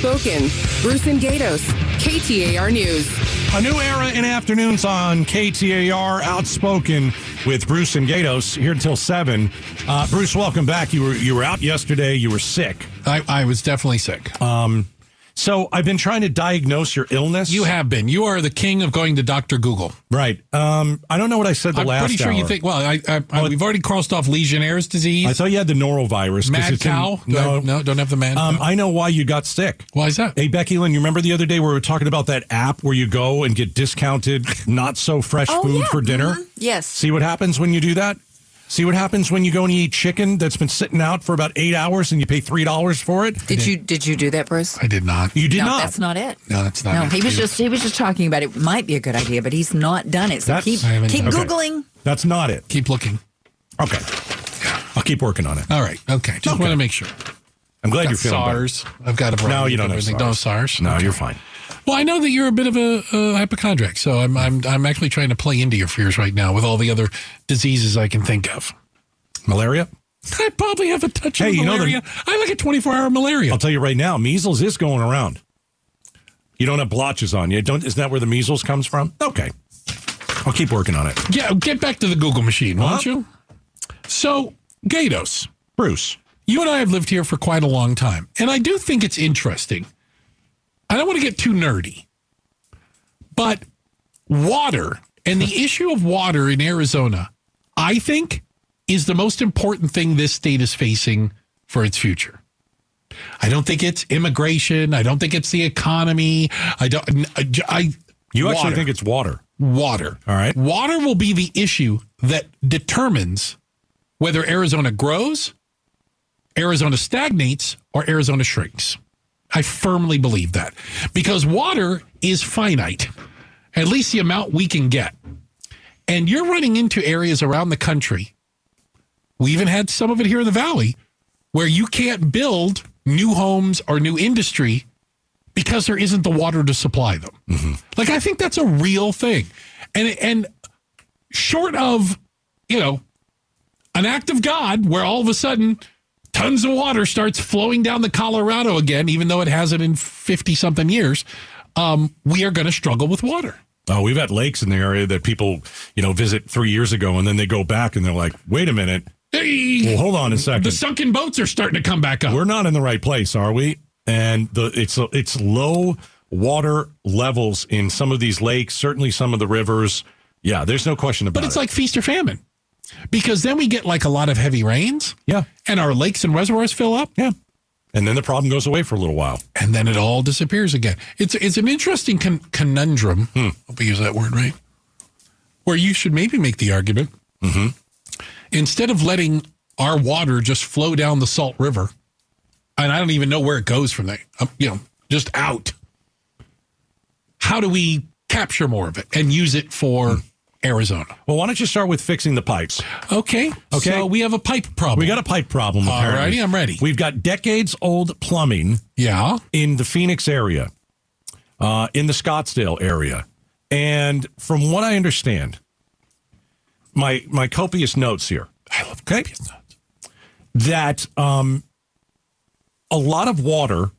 Spoken, Bruce and Gatos, KTAR News. A new era in afternoons on KTAR Outspoken with Bruce and Gatos here until seven. Uh, Bruce, welcome back. You were you were out yesterday. You were sick. I, I was definitely sick. Uh, So I've been trying to diagnose your illness. you have been. You are the king of going to Doctor Google. right. Um, I don't know what I said the I'm last. pretty sure you hour. think. Well, I, I, I, we've already crossed off Legionnaire's disease. I thought you had the norovirus. 'cause mad it's in- cow. Do no, I, no, don't have the mad. Um, cow. I know why you got sick. Why is that? Hey, Becky Lynn, you remember the other day we were talking about that app where you go and get discounted, not so fresh food for dinner? Yes. See what happens when you do that? See what happens when you go and you eat chicken that's been sitting out for about eight hours and you pay $3 for it? Did you did you do that, Bruce? I did not. You did no, not. that's not it. No, that's not No, it. he was You- just he was just talking about it. Might be a good idea, but he's not done it. So That's- keep I haven't keep done it. googling. That's not it. keep looking. Okay. I'll keep working on it. All right. Okay. Just want to make sure. I'm glad Got you're feeling better. SARS. I've got a variety you of don't have everything. No SARS. No, you're fine. Well, I know that you're a bit of a, a hypochondriac, so I'm, I'm I'm actually trying to play into your fears right now with all the other diseases I can think of. Malaria? I probably have a touch Hey, of you know the- malaria. I like a 24 hour malaria. I'll tell you right now, measles is going around. You don't have blotches on you. Don't, isn't that where the measles comes from? Okay. I'll keep working on it. Yeah, get back to the Google machine, Huh? won't you? So, Gatos, Bruce. you and I have lived here for quite a long time, and I do think it's interesting. I don't want to get too nerdy, but water and the issue of water in Arizona, I think, is the most important thing this state is facing for its future. I don't think it's immigration. I don't think it's the economy. I don't. I. I- You actually water think it's water. water. All right. Water will be the issue that determines whether Arizona grows, Arizona stagnates, or Arizona shrinks. I firmly believe that because water is finite, at least the amount we can get. And you're running into areas around the country. We even had some of it here in the valley where you can't build new homes or new industry because there isn't the water to supply them. Mm-hmm. Like I think that's a real thing. And and short of, you know, an act of God where all of a sudden tons of water starts flowing down the Colorado again, even though it hasn't in 50 something years, um, we are going to struggle with water. Oh, we've had lakes in the area that people, you know, visit three years ago and then they go back and they're like, wait a minute. Hey, Well, hold on a the second. sunken boats are starting to come back up. We're not in the right place, are we? And the it's it's low water levels in some of these lakes, certainly some of the rivers. Yeah, there's no question about But it's it. like feast or famine because then we get like a lot of heavy rains yeah. and our lakes and reservoirs fill up. Yeah. And then the problem goes away for a little while. and then it all disappears again. It's it's an interesting con- conundrum. Hope I use that word right. Where you should maybe make the argument instead of letting our water just flow down the Salt River, and I don't even know where it goes from there. um, you know, just out. How do we capture more of it and use it for Arizona? Well, why don't you start with fixing the pipes? Okay. Okay. So we have a pipe problem. We got a pipe problem. All Apparently. righty, I'm ready. We've got decades old plumbing yeah. in the Phoenix area, uh, in the Scottsdale area. And from what I understand, my my copious notes here. I love copious notes. That um, a lot of water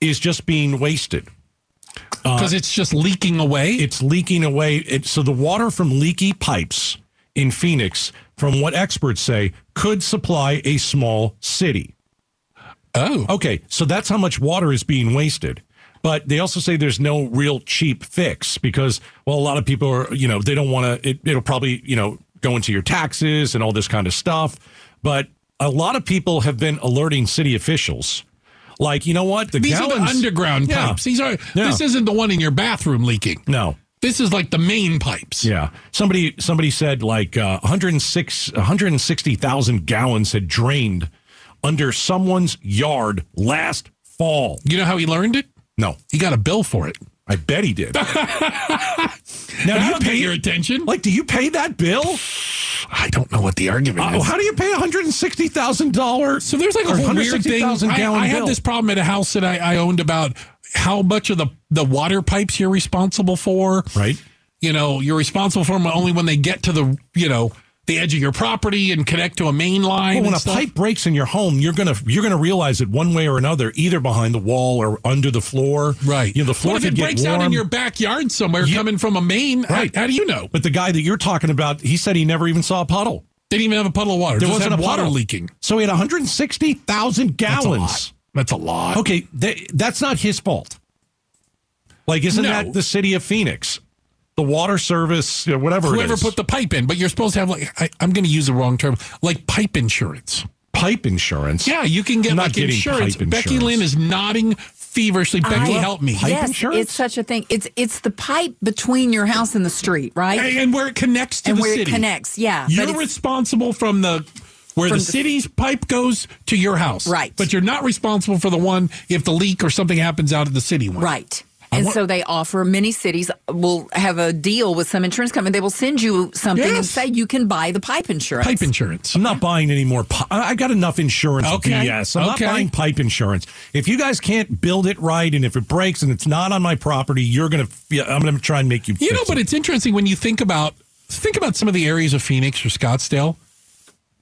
is just being wasted. Because it's just leaking away. It's leaking away. It, so the water from leaky pipes in Phoenix, from what experts say, could supply a small city. oh. Okay, so that's how much water is being wasted. But they also say there's no real cheap fix because, well, a lot of people are, you know, they don't want to, it, it'll probably, you know, go into your taxes and all this kind of stuff. But a lot of people have been alerting city officials, like, you know what? The These are the gallons- underground Yeah. pipes. These are Yeah. this isn't the one in your bathroom leaking. No. This is like the main pipes. Yeah. Somebody somebody said like uh, 106 160,000 gallons had drained under someone's yard last fall. You know how he learned it? No, He got a bill for it. I bet he did. now do you That'll pay pay your attention. like do you pay that bill? I don't know what the argument Oh, how do you pay $160,000? so there's like a or whole weird thing. 160,000 I, gallon I bill. had this problem at a house that I, I owned about how much of the the water pipes you're responsible for. right? You know, you're responsible for them only when they get to the you know the edge of your property and connect to a main line. Well, and when a stuff. pipe breaks in your home, you're gonna you're gonna realize it one way or another, either behind the wall or under the floor. right? You know, the floor what if could it get breaks warm. out in your backyard somewhere, coming from a main? How- Right. How, do you know? but the guy that you're talking about, he said he never even saw a puddle. Didn't even have a puddle of water. There Just wasn't had a water puddle. leaking. So he had 160,000 That's a lot. gallons. That's a lot. Okay, th- that's not his fault. Like, isn't No. that the city of Phoenix? The water service, you know, whatever Whoever it is. put the pipe in, but you're supposed to have like I, I'm going to use the wrong term, like pipe insurance. pipe insurance. Yeah, you can get I'm not like getting insurance. pipe Becky insurance. Lynn is nodding feverishly. Becky, I- help me. Pipe yes, insurance? it's such a thing. It's it's the pipe between your house and the street, right? And and where it connects to and the where city. it connects, yeah. but You're it's- responsible from the where From the the- city's pipe goes to your house. Right. But you're not responsible for the one if the leak or something happens out of the city one. Right. And so they offer many cities will have a deal with some insurance company. They will send you something and Yes. say you can buy the pipe insurance. Pipe insurance. I'm not buying any more. Pi- I I got enough insurance. Okay. BS. I'm Okay. not buying pipe insurance. If you guys can't build it right, and if it breaks and it's not on my property, you're gonna. Yeah, I'm gonna try and make you. You fix know, but it. it's interesting when you think about think about some of the areas of Phoenix or Scottsdale.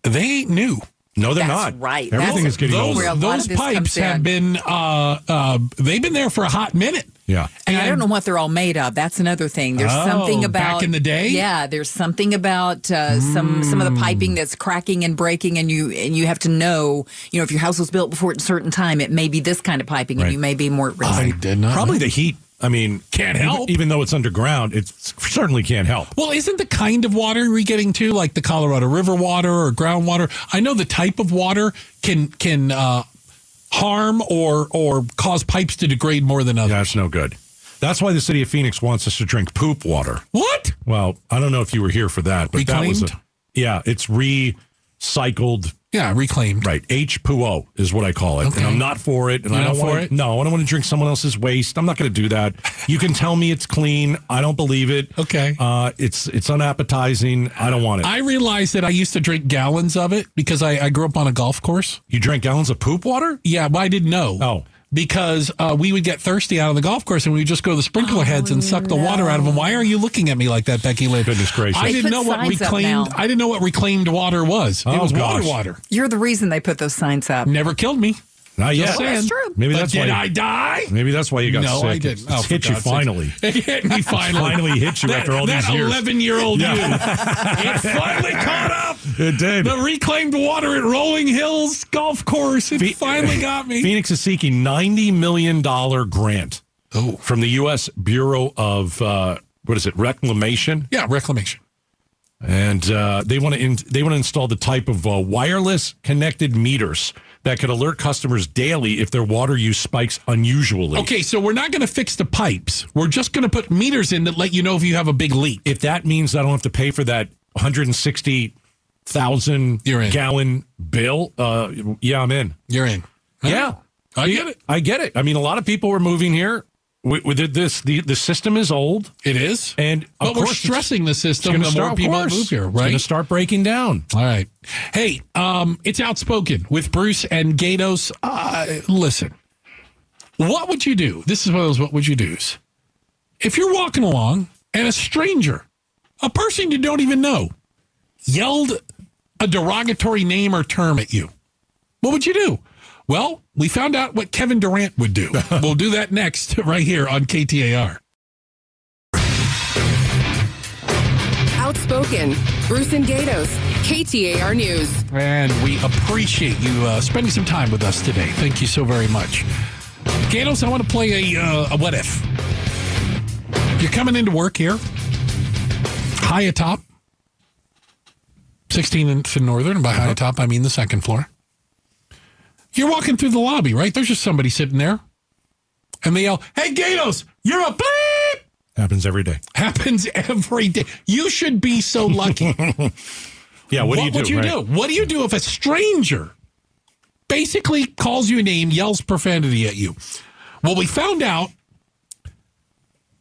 They ain't new. no, they're That's not. right. Everything That's is getting those- older. Where a lot those of this pipes comes have in. been uh, uh, they've been there for a hot minute. Yeah. And I don't know what they're all made of. That's another thing. There's Oh, something back about in the day? Yeah, there's something about uh, some some of the Mm. piping that's cracking and breaking, and you and you have to know. You know, if your house was built before a certain time, it may be this kind of piping, and Right. you may be more at risk. I did not. Probably the heat. I mean, Can't even- help. Even, though it's underground, it certainly can't help. Well, isn't the kind of water we're getting to like the Colorado River water or groundwater? I know the type of water can can uh, harm or or cause pipes to degrade more than others. That's no good. That's why the city of Phoenix wants us to drink poop water. What? Well, I don't know if you were here for that, but that was Reclaimed? a, yeah, it's recycled. Yeah, reclaimed. Right, H two O is what I call it, Okay. and I'm not for it, and You're I don't not for want it? to. No, I don't want to drink someone else's waste. I'm not going to do that. You can tell me it's clean. I don't believe it. Okay. uh, it's it's unappetizing. I don't want it. I realized that I used to drink gallons of it because I, I grew up on a golf course. you drink gallons of poop water? Yeah, but I didn't know. Oh. Because uh, we would get thirsty out on the golf course and we would just go to the Oh, sprinkler heads and suck the water out of them. Why are you looking at me like that, Becky Lynn? Goodness gracious. They I put didn't know what signs up reclaimed. now. I didn't know what reclaimed water was. it Oh, was water gosh. water. You're the reason they put those signs up. Never killed me. Not yet. Just saying. That's true. Maybe But that's did why. I die? maybe that's why you got no, sick. I It's- didn't. It's, Oh, for hit you God's sake. finally. It hit me finally. finally hit you that, after all that these years. 11 year old Yeah. you. It finally caught up. It did. The reclaimed water at Rolling Hills Golf Course. It Fe- finally got me. Phoenix is seeking ninety million dollar grant Oh. from the U.S. Bureau of uh, what is it reclamation, Yeah, reclamation. and uh, they want to in- they want to install the type of uh, wireless connected meters that could alert customers daily if their water use spikes unusually. Okay, so we're not going to fix the pipes. We're just going to put meters in that let you know if you have a big leak. If that means I don't have to pay for that one hundred and sixty thousand You're in. gallon bill, uh, yeah, I'm in. You're in. Yeah. I get it. I get it. I mean, a lot of people were moving here. We, we did this. The, the system is old, It is. and of but we're course it's- stressing the system gonna the more of people that course. move here, It's gonna right? start breaking down. All right. Hey, um, it's outspoken with Bruce and Gatos. Uh, listen, what would you do? This is one of those what would you do's. If you're walking along and a stranger, a person you don't even know, yelled a derogatory name or term at you, what would you do? Well, we found out what Kevin Durant would do. we'll do that next, right here on KTAR. Outspoken. Bruce and Gatos. KTAR News. And we appreciate you uh, spending some time with us today. Thank you so very much. Gatos, I want to play a, uh, a what if. You're coming into work here, high atop, 16th and Northern. And by high atop, I mean the second floor. You're walking through the lobby, right? There's just somebody sitting there. And they yell, Hey, Gatos, you're a bleep! Happens every day. Happens every day. You should be so lucky. Yeah. What, what do you would do? you right? do? What do you do if a stranger basically calls you a name, yells profanity at you? Well, we found out,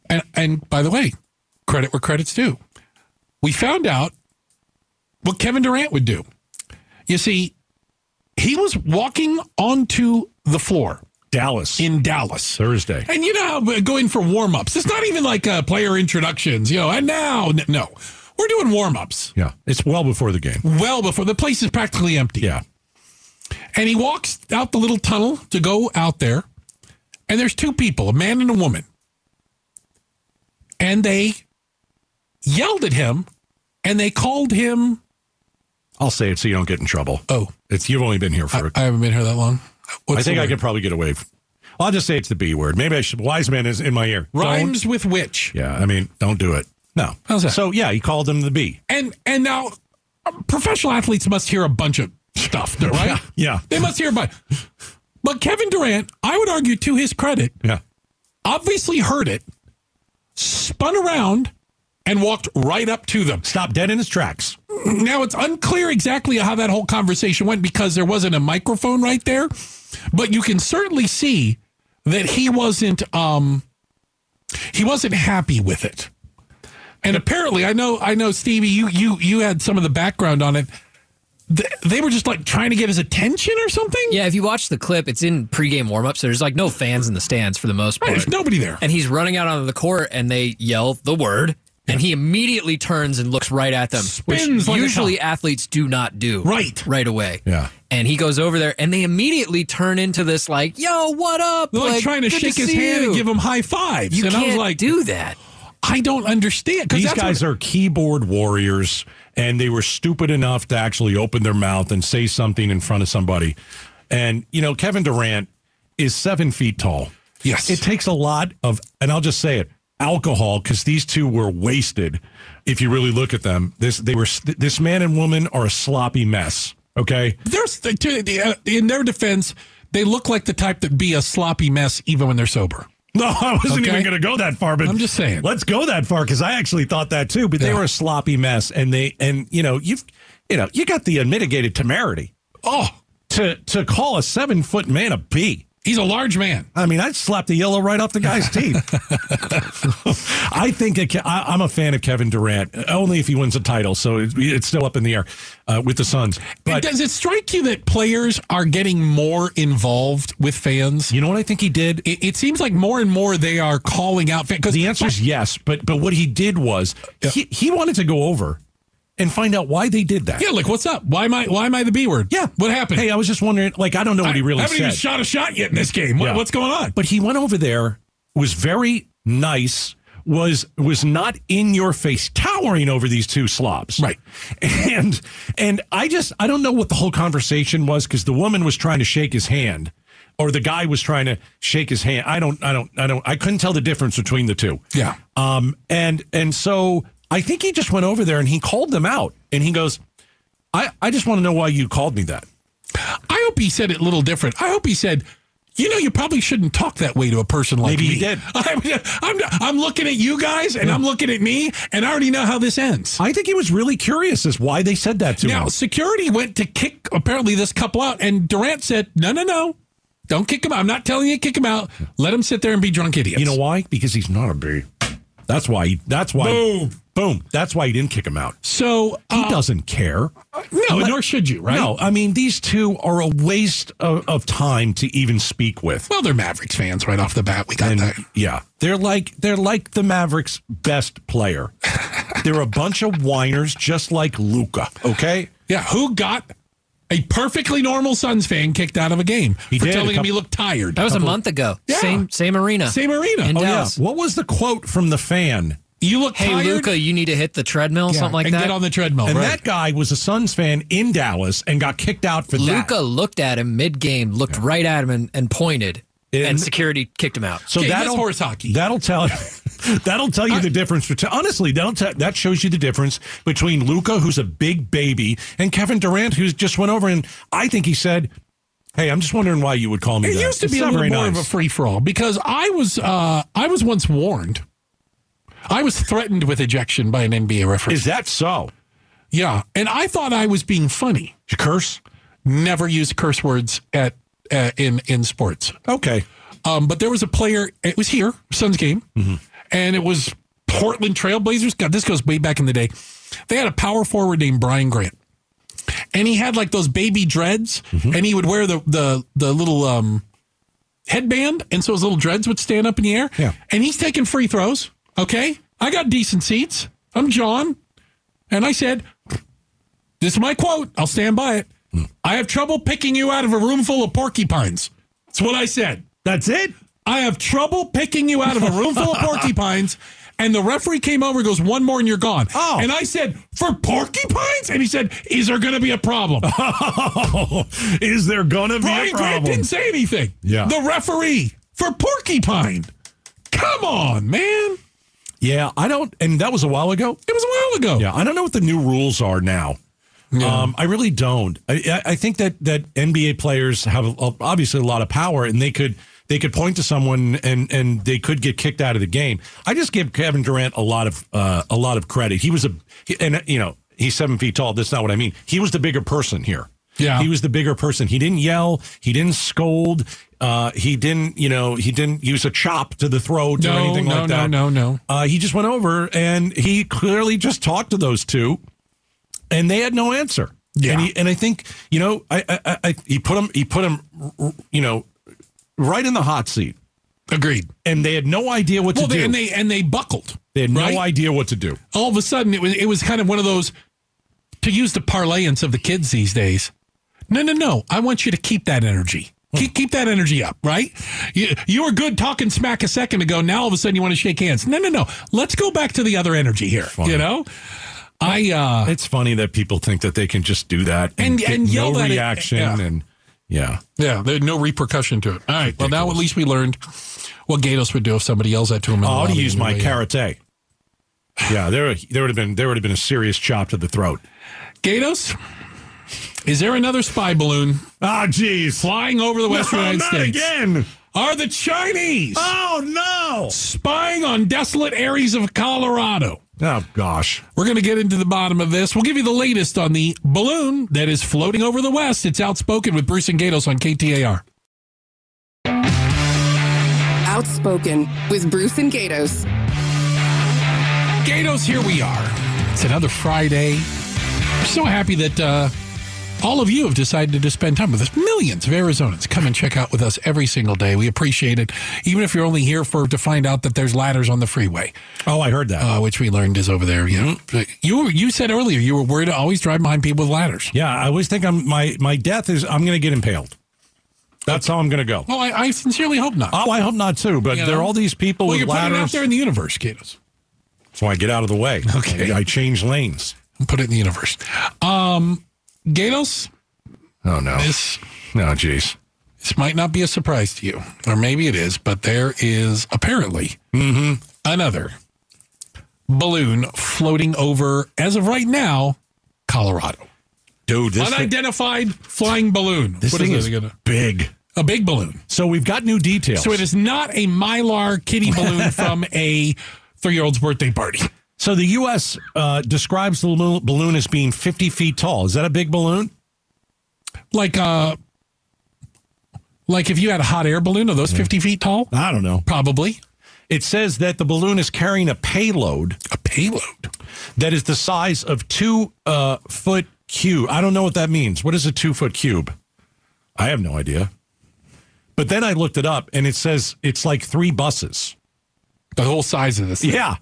and, and by the way, credit where credit's due. We found out what Kevin Durant would do. You see, he was walking onto the floor Dallas in Dallas. Thursday. And you know how going for warm ups, it's not even like uh, player introductions, you know, and now, n- no. We're doing warm ups Yeah. It's well before the game. well before the place is practically empty. Yeah. And he walks out the little tunnel to go out there. And there's two people, a man and a woman. And they yelled at him and they called him. I'll say it so you don't get in trouble. Oh, It's you've only been here for. I haven't been here that long. I What's think the I word? could probably get away. With, I'll just say it's the B word. Maybe I should. Wise man is in my ear. Don't- Rhymes with which. Yeah. I mean, don't do it. No. How's that? So yeah, he called him the B. And and now uh, professional athletes must hear a bunch of stuff, right? Yeah, yeah. They must hear a bunch. But Kevin Durant, I would argue to his credit, Yeah. obviously heard it, spun around, and walked right up to them. Stop dead in his tracks. Now it's unclear exactly how that whole conversation went because there wasn't a microphone right there, but you can certainly see that he wasn't um he wasn't happy with it. And apparently, I know I know Stevie, you you you had some of the background on it. Th- They were just like trying to get his attention or something. Yeah, if you watch the clip, it's in pregame warm-up, so there's like no fans in the stands for the most Right, part. there's nobody there. and he's running out onto the court, and they yell the word, and he immediately turns and looks right at them, Spins which like a usually top. athletes do not do Right. right away. Yeah. and he goes over there, and they immediately turn into this like, "Yo, what up?" They're like, trying to "Good shake his see hand you." and give him high fives. You and can't I was like, do that. I don't understand. 'cause These that's what- guys are keyboard warriors, and they were stupid enough to actually open their mouth and say something in front of somebody. And you know, Kevin Durant is seven feet tall. Yes. It takes a lot of, and I'll just say it, alcohol, because these two were wasted. If you really look at them, this they were this man and woman are a sloppy mess. Okay, There's to, the- uh, in their defense, they look like the type that be a sloppy mess even when they're sober. no, I wasn't Okay. even going to go that far, but I'm just saying. let's go that far because I actually thought that too. But they Yeah. were a sloppy mess, and they and you know you've you know you got the unmitigated temerity Oh, to to call a seven foot man a bee. he's a large man. I mean, I'd slap the yellow right off the guy's teeth. I think it, ca- I, I'm a fan of Kevin Durant, only if he wins a title. So it, it's still up in the air uh, with the Suns. It- But does it strike you that players are getting more involved with fans? you know what I think he did? It, it seems like more and more they are calling out fans. Because The answer is yes. But but what he did was he, he wanted to go over and find out why they did that. yeah, like what's up? Why am I? Why am I the B word? Yeah. what happened? Hey, I was just wondering. Like, I don't know what he really I haven't said. even shot a shot yet in this game. What- Yeah. What's going on? but he went over there, was very nice, was was not in your face, towering over these two slobs. Right. And and I just I don't know what the whole conversation was because the woman was trying to shake his hand. Or the guy was trying to shake his hand. I don't, I don't, I don't, I couldn't tell the difference between the two. Yeah. Um, and and so I think he just went over there and he called them out and he goes, I, I just want to know why you called me that. I hope he said it a little different. I hope he said, you know, you probably shouldn't talk that way to a person like Maybe me. he did. I'm, I'm, I'm looking at you guys and I'm looking at me, and I already know how this ends. I think he was really curious as why they said that to Now, him. security went to kick apparently this couple out, and Durant said, no, no, no. Don't kick him out. I'm not telling you to kick him out. Let him sit there and be drunk idiots. You know why? Because he's not a bee. That's why. He, that's why. Boom. Boom. That's why he didn't kick him out. So, He uh, doesn't care. no, nor should you, right? No, I mean these two are a waste of, of time to even speak with. Well, they're Mavericks fans right off the bat. We got And that. yeah, they're like they're like the Mavericks' best player. they're a bunch of whiners, just like Luca. Okay. Yeah, who got a perfectly normal Suns fan kicked out of a game for did, a telling him he couple- looked tired? That was a month ago. Yeah. Same same arena. Same arena. In Oh, yeah. Dallas. What was the quote from the fan? You look Hey tired. Luca, you need to hit the treadmill, something like and that. get on the treadmill. And right. that guy was a Suns fan in Dallas and got kicked out for that. Luca looked at him mid game, looked right at him and, and pointed, And- and security kicked him out. So Okay, that's that'll horse hockey. That'll tell that'll tell you the difference. between- honestly, that'll te- that shows you the difference between Luca, who's a big baby, and Kevin Durant, who's just went over and I think he said, "Hey, I'm just wondering why you would call me." it that. used to It's be a not little more very of a nice. free for all because I was uh, I was once warned. I was threatened with ejection by an NBA referee. Is that so? yeah, and I thought I was being funny. You curse? Never use curse words at uh, in in sports. Okay. Um, but there was a player. It was here, Suns game, and it was Portland Trailblazers. God, this goes way back in the day. They had a power forward named Brian Grant, and he had like those baby dreads, and he would wear the the the little um, headband, and so his little dreads would stand up in the air. Yeah. and he's taking free throws. Okay, I got decent seats. I'm John. And I said, this is my quote. I'll stand by it. I have trouble picking you out of a room full of porcupines. That's what I said. That's it. I have trouble picking you out of a room full of porcupines. And the referee came over and goes, one more and you're gone. Oh. And I said, for porcupines? And he said, is there going to be a problem? Is there gonna be Brian a Grant problem? didn't say anything. Yeah. The referee for porcupine. Come on, man. Yeah, I don't. And that was a while ago. It was a while ago. Yeah, I don't know what the new rules are now. Um, I really don't. I, I- I think that that NBA players have a- obviously a lot of power, and they could they could point to someone and and they could get kicked out of the game. I just give Kevin Durant a lot of uh, a lot of credit. He was a he- and you know he's seven feet tall. That's not what I mean. He was the bigger person here. Yeah. he was the bigger person. He didn't yell. He didn't scold. Uh, he didn't, you know, he didn't use a chop to the throat or No, anything no, like that. no, no, no. Uh, he just went over and he clearly just talked to those two, and they had no answer. Yeah. and, he, and I think you know, I, I, I- I, he put him, he put him, you know, right in the hot seat, Agreed. and they had no idea what Well, to they, do. and they and they buckled. They had no right? idea what to do. All of a sudden, it was it was kind of one of those. To use the parlance of the kids these days, no, no, no. I want you to keep that energy. Keep, keep that energy up, right? You, you were good talking smack a second ago. Now all of a sudden you want to shake hands. No, no, no. Let's go back to the other energy here. You know, I uh, It's funny that people think that they can just do that and, And- get and yell no that it- reaction, yeah. and yeah, Yeah, there's no repercussion to it. All right. Well, now at least we learned what Gatos would do if somebody yells at to him. in the I ought to lobby use my anyway. karate. Yeah, there, there would have been there would have been a serious chop to the throat. Gatos, is there another spy balloon Ah, jeez. flying over the West No, United not States? again. Are the Chinese Oh no! spying on desolate areas of Colorado? Oh gosh. We're going to get into the bottom of this. We'll give you the latest on the balloon that is floating over the West. It's outspoken with Bruce and Gatos on KTAR. Outspoken with Bruce and Gatos. Gatos, here we are. It's another Friday. I'm so happy that uh, all of you have decided to spend time with us. Millions of Arizonans come and check out with us every single day. We appreciate it, even if you're only here for to find out that there's ladders on the freeway, Oh, I heard that. uh, which we learned is over there. You know, you were- you said earlier you were worried to always drive behind people with ladders. yeah, I always think I'm my my death is I'm going to get impaled. That's how I'm going to go. Well, Oh, I, I sincerely hope not. Oh, I hope not too. But You there are know? all these people well, with you're putting it out ladders, there in the universe, Gatos. so I get out of the way. Okay. I, I change lanes. Put it in the universe. Um, Gatos, Oh no! this No, jeez. this might not be a surprise to you, or maybe it is, but there is apparently Mm-hmm. another balloon floating over, as of right now, Colorado. Dude, this thing, Unidentified flying balloon. this What thing is, it again? big. a big balloon. So we've got new details. So it is not a Mylar kitty balloon from a three-year-old's birthday party. So the U.S. Uh, describes the little balloon as being 50 feet tall. Is that a big balloon? Like uh, like if you had a hot air balloon, are Mm-hmm. those fifty feet tall? I don't know. Probably It says that the balloon is carrying a payload a payload. that is the size of two uh, foot cube. I don't know what that means. What is a two foot cube? I have no idea. But then I looked it up and it says it's like three buses. The whole size of this. Yeah.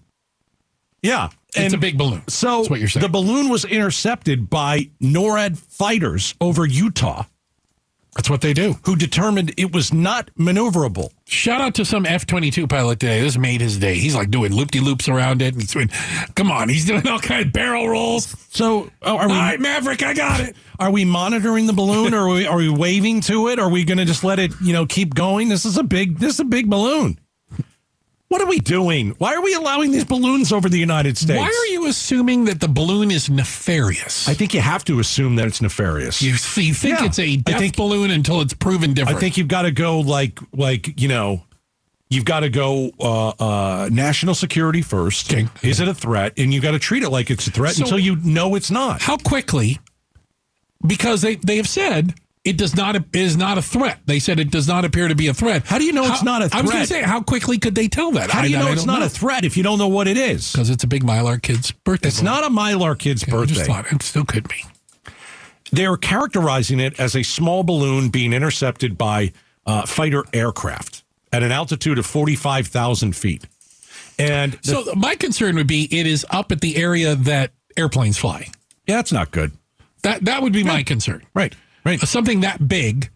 Yeah. it's And a big balloon. so That's what you're saying. the balloon was intercepted by NORAD fighters over Utah That's what they do. who determined it was not maneuverable. Shout out to some F twenty two pilot today. This made his day. He's like doing loop de loops around it. And he's doing, come on, he's doing all kind of barrel rolls. So oh, are All we right, Maverick, I got it. are we monitoring the balloon or are we, are we waving to it? Are we going to just let it, you know, keep going? This is a big this is a big balloon. What are we doing? Why are we allowing these balloons over the United States? Why are you assuming that the balloon is nefarious? I think you have to assume that it's nefarious. you see, you think Yeah. it's a death I think- balloon until it's proven I different. think you've got to go like like, you know, you've got to go uh, uh, national security first. Okay. Is it a threat? And you got to treat it like it's a threat So- until you know it's not. how quickly, because they they have said. It does not it is not a threat. They said it does not appear to be a threat. How do you know it's not a I was going threat? to say, how quickly could they tell that? How do you I, know it's not a threat if you don't know what it is? because it's a big Mylar kid's birthday. It's not a Mylar kid's I birthday. just thought it still could be. they're characterizing it as a small balloon being intercepted by uh, fighter aircraft at an altitude of 45,000 feet. And the- So my concern would be it is up at the area that airplanes fly. Yeah, that's not good. That that would be my concern. Right, right. Something that big,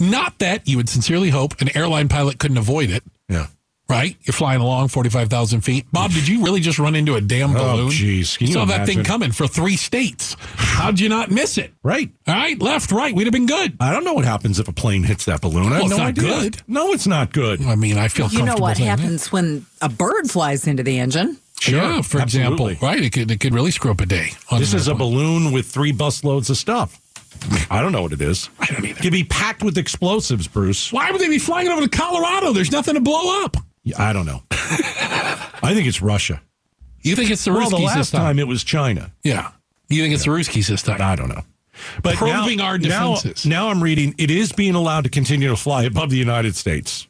not that you would sincerely hope an airline pilot couldn't avoid it. Yeah. Right, you're flying along forty five thousand feet. Bob, did you really just run into a damn Oh, balloon? jeez. Can you you saw that thing imagine? coming for three states. How'd you not miss it? Right. All right, left, right. We'd have been good. I don't know what happens if a plane hits that balloon. I have Well, it's no not idea. good. No, it's not good. I mean, I feel You know comfortable what saying that. happens when a bird flies into the engine? Sure, Yeah, for example, absolutely. right? It could it could really screw up a day. on This an is a airplane. balloon with three busloads of stuff. I don't know what it is. I don't either. Could be packed with explosives, Bruce. Why would they be flying over to Colorado? There's nothing to blow up. Yeah, I don't know. I think it's Russia. You think it's the Well, the Ruskies last this time? time it was China. Yeah. You think it's the Ruskies this time? I don't know. But Probing now, our now- defenses. Now, I'm reading it is being allowed to continue to fly above the United States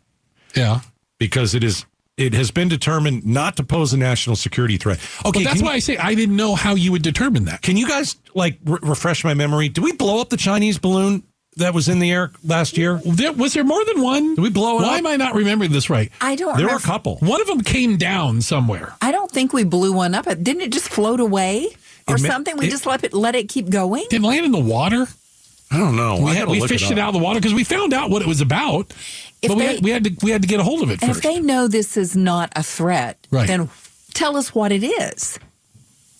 Yeah. because it is it has been determined not to pose a national security threat. Okay, But that's can, why I say I didn't know how you would determine that. can you guys like re- refresh my memory? Did we blow up the Chinese balloon that was in the air last year? There, was there more than one? Did we blow it Why up? am I not remembering this right? I don't. There were a remember- couple. One of them came down somewhere. I don't think we blew one up. It- Didn't it just float away or It ma- something? We it- just let it let it keep going. Did it land in the water? I don't know. We, had- we fished it, out of the water because we found out what it was about. If but we, they- had, we had to we had to get a hold of it And first. if they know this is not a threat, Right. then tell us what it is.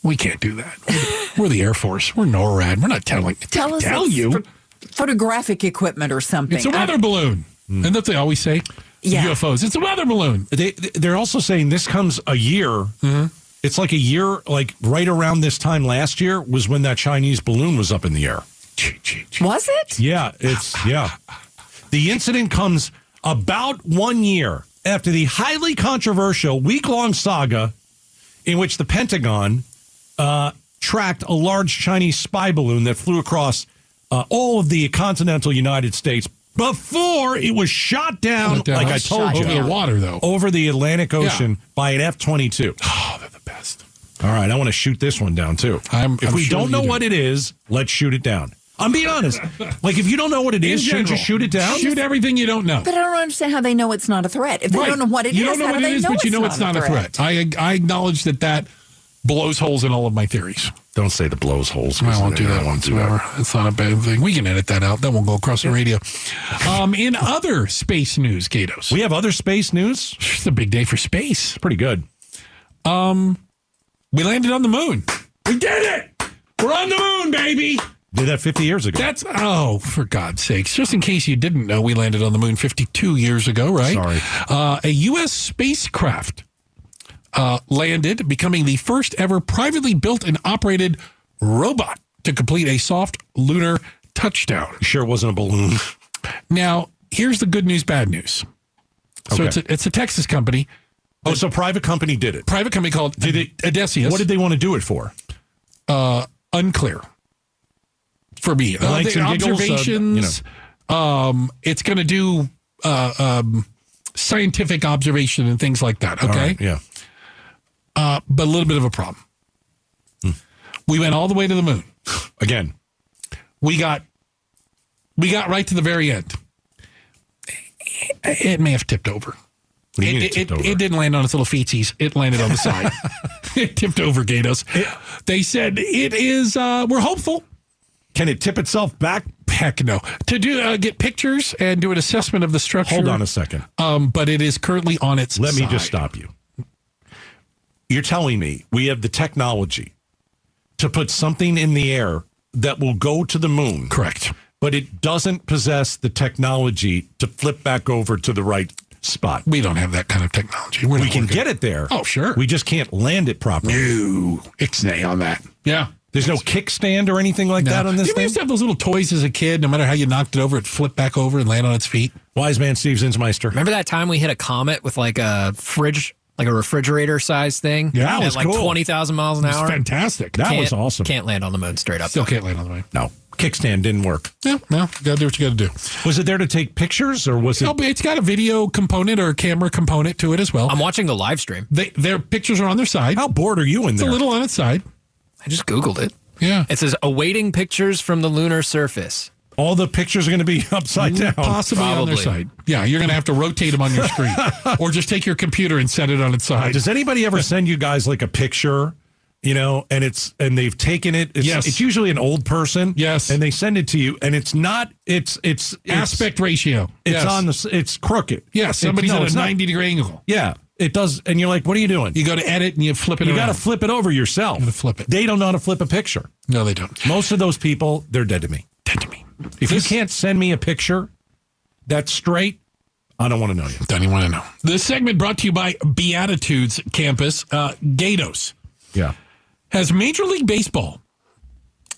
we can't do that. We're the- We're the Air Force. We're NORAD. We're not telling. Tell us. Tell it's you. ph- photographic equipment or something. It's a weather balloon. Hmm. And that's what they always say. Yeah. UFOs. It's a weather balloon. they they're also saying this comes a year. Mm-hmm. It's like a year, like right around this time last year was when that Chinese balloon was up in the air. I- was it? Yeah, it's yeah. The incident comes about one year after the highly controversial week-long saga in which the Pentagon uh, tracked a large Chinese spy balloon that flew across uh, all of the continental United States before it was shot down, Shut down. like I Shot told you, Over the down. water, though. over the Atlantic Ocean by an F 22. Oh, they're the best. All right, I want to shoot this one down too. I'm- if I'm we sure don't know you do. what it is, let's shoot it down. I'm being honest. like, if you don't know what it In is, shouldn't you general, shoot it down? Shoot everything you don't know. But I don't understand how they know it's not a threat. If they Right. don't know what it is, you don't know how what do it they is, know but you know it's not a threat. I I acknowledge that that blows holes in all of my theories. Don't say the blows holes. I won't do that whatsoever. It's not a bad thing. We can edit that out. That won't go across the radio. Um, in other space news, Gatos, We have other space news. it's a big day for space. Pretty good. We landed on the moon. We did it. We're on the moon, baby. Did that 50 years ago. That's oh, for God's sakes! Just in case you didn't know, we landed on the moon 52 years ago, right? Sorry. Uh, a U.S. spacecraft uh, landed, becoming the first ever privately built and operated robot to complete a soft lunar touchdown. sure it wasn't a balloon. Now, here's the good news, bad news. So Okay. it's a, it's a Texas company, Oh, so private company did it. private company called did it, Odysseus. What did they want to do it for? unclear for me. Uh, Likes the and giggles, uh, observations. um, it's going to do uh, um, scientific observation and things like that. All Okay, right, yeah. but a little bit of a problem. Hmm. We went all the way to the moon. Again, We got we got right to the very end. It it may have tipped over. what do you It, mean it, tipped it- over? it didn't land on its little feeties. It landed on the side. it tipped over, Gatos. They said it is. Uh, we're hopeful. Can it tip itself back? Heck no. To do uh, get pictures and do an assessment of the structure. Hold on a second. Um, but it is currently on its. Let me side. just stop you. You're telling me we have the technology to put something in the air that will go to the moon, Correct. but it doesn't possess the technology to flip back over to the right spot. We don't have that kind of technology. We're We can get it there. Oh, sure. We just can't land it properly. do ixnay on that. Yeah. There's no kickstand or anything like that on this Didn't we thing. used to have those little toys as a kid? No matter how you knocked it over, it flipped back over and land on its feet. Wise man Steve Zinsmeister. Remember that time we hit a comet with like a fridge, like a refrigerator size thing? Yeah, that at was like cool. 20,000 miles an hour. fantastic. That Can't- was awesome. Can't land on the moon straight up. Still can't land on the moon. No, kickstand didn't work. No, no. You gotta do what you gotta do. Was it there to take pictures or was it? No, but it's got a video component or a camera component to it as well. I'm watching the live stream. they, their pictures are on their side. How bored are you in It's there? a little on its side. I just Googled it. Yeah. It says awaiting pictures from the lunar surface. All the pictures are going to be upside down. Possibly on their Probably. side. Yeah, you're going to have to rotate them on your screen, Uh, or just take your computer and set it on its side. Does anybody ever send you guys like a picture you know, and it's and they've taken it. It's, Yes. it's usually an old person. Yes. and they send it to you, and it's not. It's it's, it's Aspect ratio. It's yes. on the. s- It's crooked. Yeah, It's- somebody's no, at it's a not- 90 degree angle. Yeah, it does, and you're like, what are you doing? You go to edit and you flip it You around. got to flip it over yourself. gotta flip it. They don't know how to flip a picture. no, they don't. Most of those people, they're dead to me. Dead to me. If This- you can't send me a picture that's straight, I don't want to know you. Don't even want to know. This segment brought to you by Beatitudes Campus. Uh, Gatos Yeah. has Major League Baseball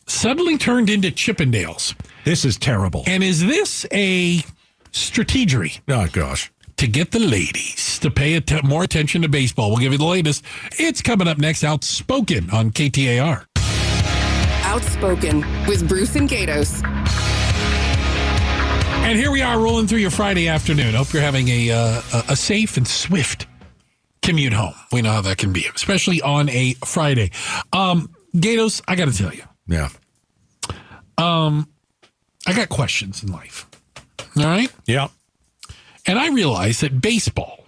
suddenly turned into Chippendales. This is terrible. And is this a strategery oh, gosh. to get the ladies to pay atten- more attention to baseball? We'll give you the latest. It's coming up next, Outspoken on KTAR. Outspoken with Bruce and Gatos. And here we are rolling through your Friday afternoon. Hope you're having a uh, a- a safe and swift commute home. We know how that can be, especially on a Friday. Um, Gatos, I got to tell you, Yeah. I got questions in life. All right, Yeah. and I realize that baseball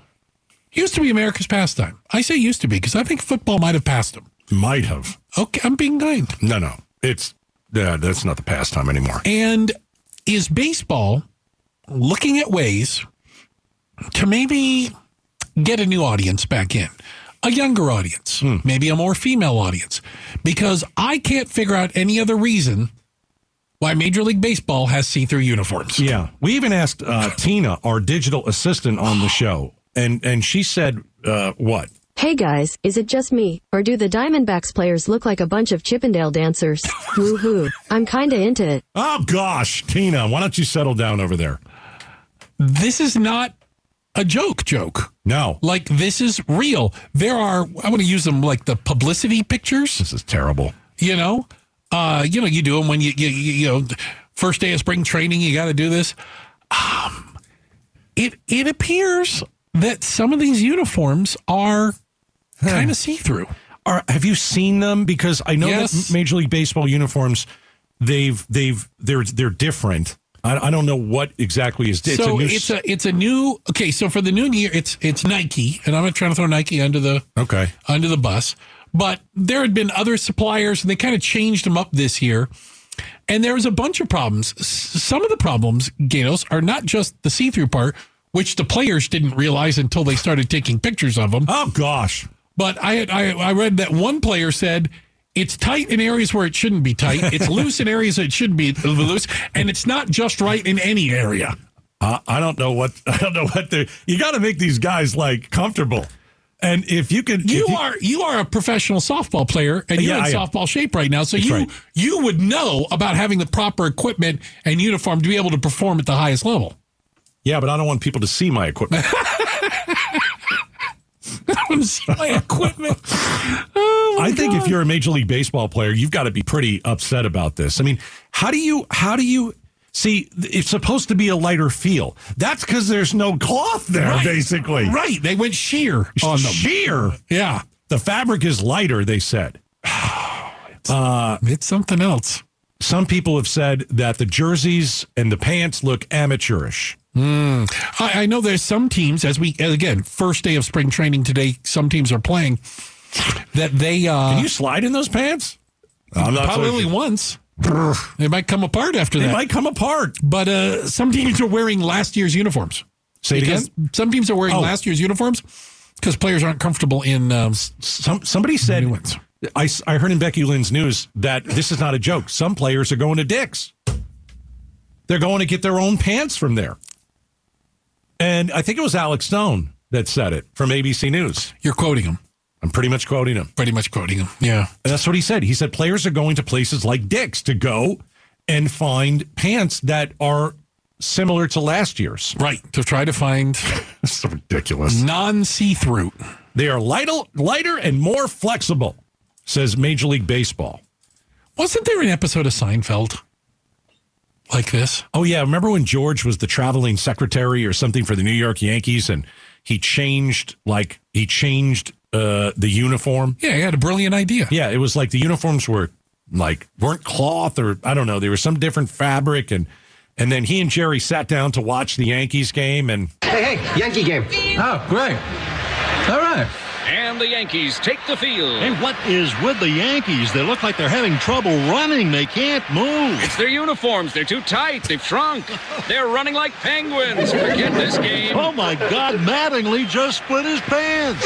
used to be America's pastime. I say used to be because I think football might have passed them. Might have. Okay, I'm being kind. No, no. It's, yeah, that's not the pastime anymore. And is baseball looking at ways to maybe get a new audience back in? A younger audience, maybe a more female audience, because I can't figure out any other reason why Major League Baseball has see through uniforms. Yeah, we even asked uh, Tina, our digital assistant, on the show, and and she said, uh, "What? Hey guys, is it just me, or do the Diamondbacks players look like a bunch of Chippendale dancers? Woohoo, I'm kinda into it. Oh gosh, Tina, why don't you settle down over there? This is not a joke, joke. No, Like, this is real. There are, I want to use them like the publicity pictures. this is terrible. you know uh you know you do them when you you, you, you know first day of spring training you got to do this um it it appears that some of these uniforms are kind of see-through Are, have you seen them? Because I know Yes. that Major League Baseball uniforms, they've they've they're they're different. I, I don't know what exactly is. It's so a new, it's a it's a new okay so for the new year it's it's nike and i'm not trying to throw nike under the okay. under the bus. But there had been other suppliers, and they kind of changed them up this year. And there was a bunch of problems. S- Some of the problems, Gatos, are not just the see-through part, which the players didn't realize until they started taking pictures of them. Oh gosh, But I, had, I, I read that one player said it's tight in areas where it shouldn't be tight. It's loose in areas that it should be loose, and it's not just right in any area. I, I don't know what I don't know what they. You got to make these guys like comfortable, and if you can, You if are you are a professional softball player, and you're Yeah, I in am. softball shape right now. So you right. you would know about having the proper equipment and uniform to be able to perform at the highest level. yeah, but I don't want people to see my equipment. I want to see my equipment. Oh, my I think if God. you're a major league baseball player, you've got to be pretty upset about this. I mean, how do you how do you see th- it's supposed to be a lighter feel? That's because there's no cloth there, Right. basically. right, they went sheer on them. Sheer. Yeah, The fabric is lighter, they said. Um, it's something else. Some people have said that the jerseys and the pants look amateurish. I, I know there's some teams as we as again first day of spring training today. Some teams are playing that they uh, Can you slide in those pants? I'm not so probably sure. once they might come apart after They that. might come apart. But uh, some teams are wearing last year's uniforms. Say it because again. some teams are wearing Oh. last year's uniforms because players aren't comfortable in. Um, Some, somebody said, New ones. I, s- I heard in Becky Lynn's news that this is not a joke. Some players are going to Dick's. They're going to get their own pants from there. And I think it was Alex Stone that said it from ABC News. you're quoting him, I'm pretty much quoting him. pretty much quoting him. Yeah, And that's what he said. He said players are going to places like Dick's to go and find pants that are similar to last year's. right. To try to find It's so ridiculous. non-see-through. They are lighter, lighter and more flexible, says Major League Baseball. Wasn't there an episode of Seinfeld like this? Oh yeah, remember when George was the traveling secretary or something for the New York Yankees, and he changed like he changed uh, the uniform. Yeah, he had a brilliant idea. Yeah, it was like the uniforms were like weren't cloth or I don't know, they were some different fabric, and and then he and Jerry sat down to watch the Yankees game, and Hey, hey, Yankee game. Oh, great. All right. And the Yankees take the Hey, field. what is with the Yankees? They look like they're having trouble running. They can't move. It's their uniforms. They're too tight. They've shrunk. They're running like penguins. Forget this game. Oh my God, Mattingly just split his pants.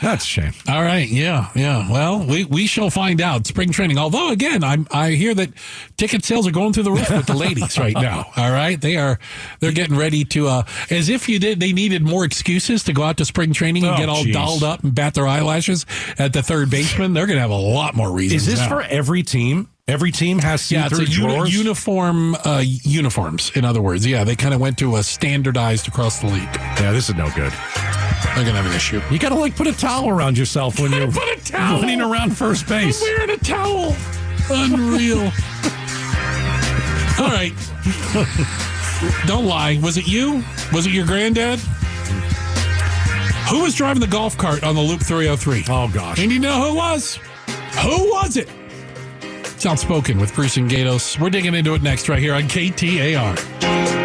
That's a shame. All right, yeah, yeah. Well, we, we shall find out spring training. Although again, I'm I hear that ticket sales are going through the roof with the ladies right now. All right, they are they're getting ready to uh as if you did they needed more excuses to go out to spring training and Oh, get all geez. dolled up and bat their eyelashes at the third baseman. They're gonna have a lot more reasons. Is this now. for every team? Every team has yeah? It's see-through a uni- drawers. uniform uh, uniforms. In other words, yeah, they kind of went to a standardized across the league. yeah, this is no good. They're gonna have an issue. You gotta like put a towel around yourself when you're Put a towel. running around first base. I'm wearing a towel. Unreal. All right. Don't lie. Was it you? Was it your granddad? Who was driving the golf cart on the Loop 303? Oh gosh. And you know who it was? Who was it? It's Outspoken with Bruce and Gatos. We're digging into it next right here on KTAR.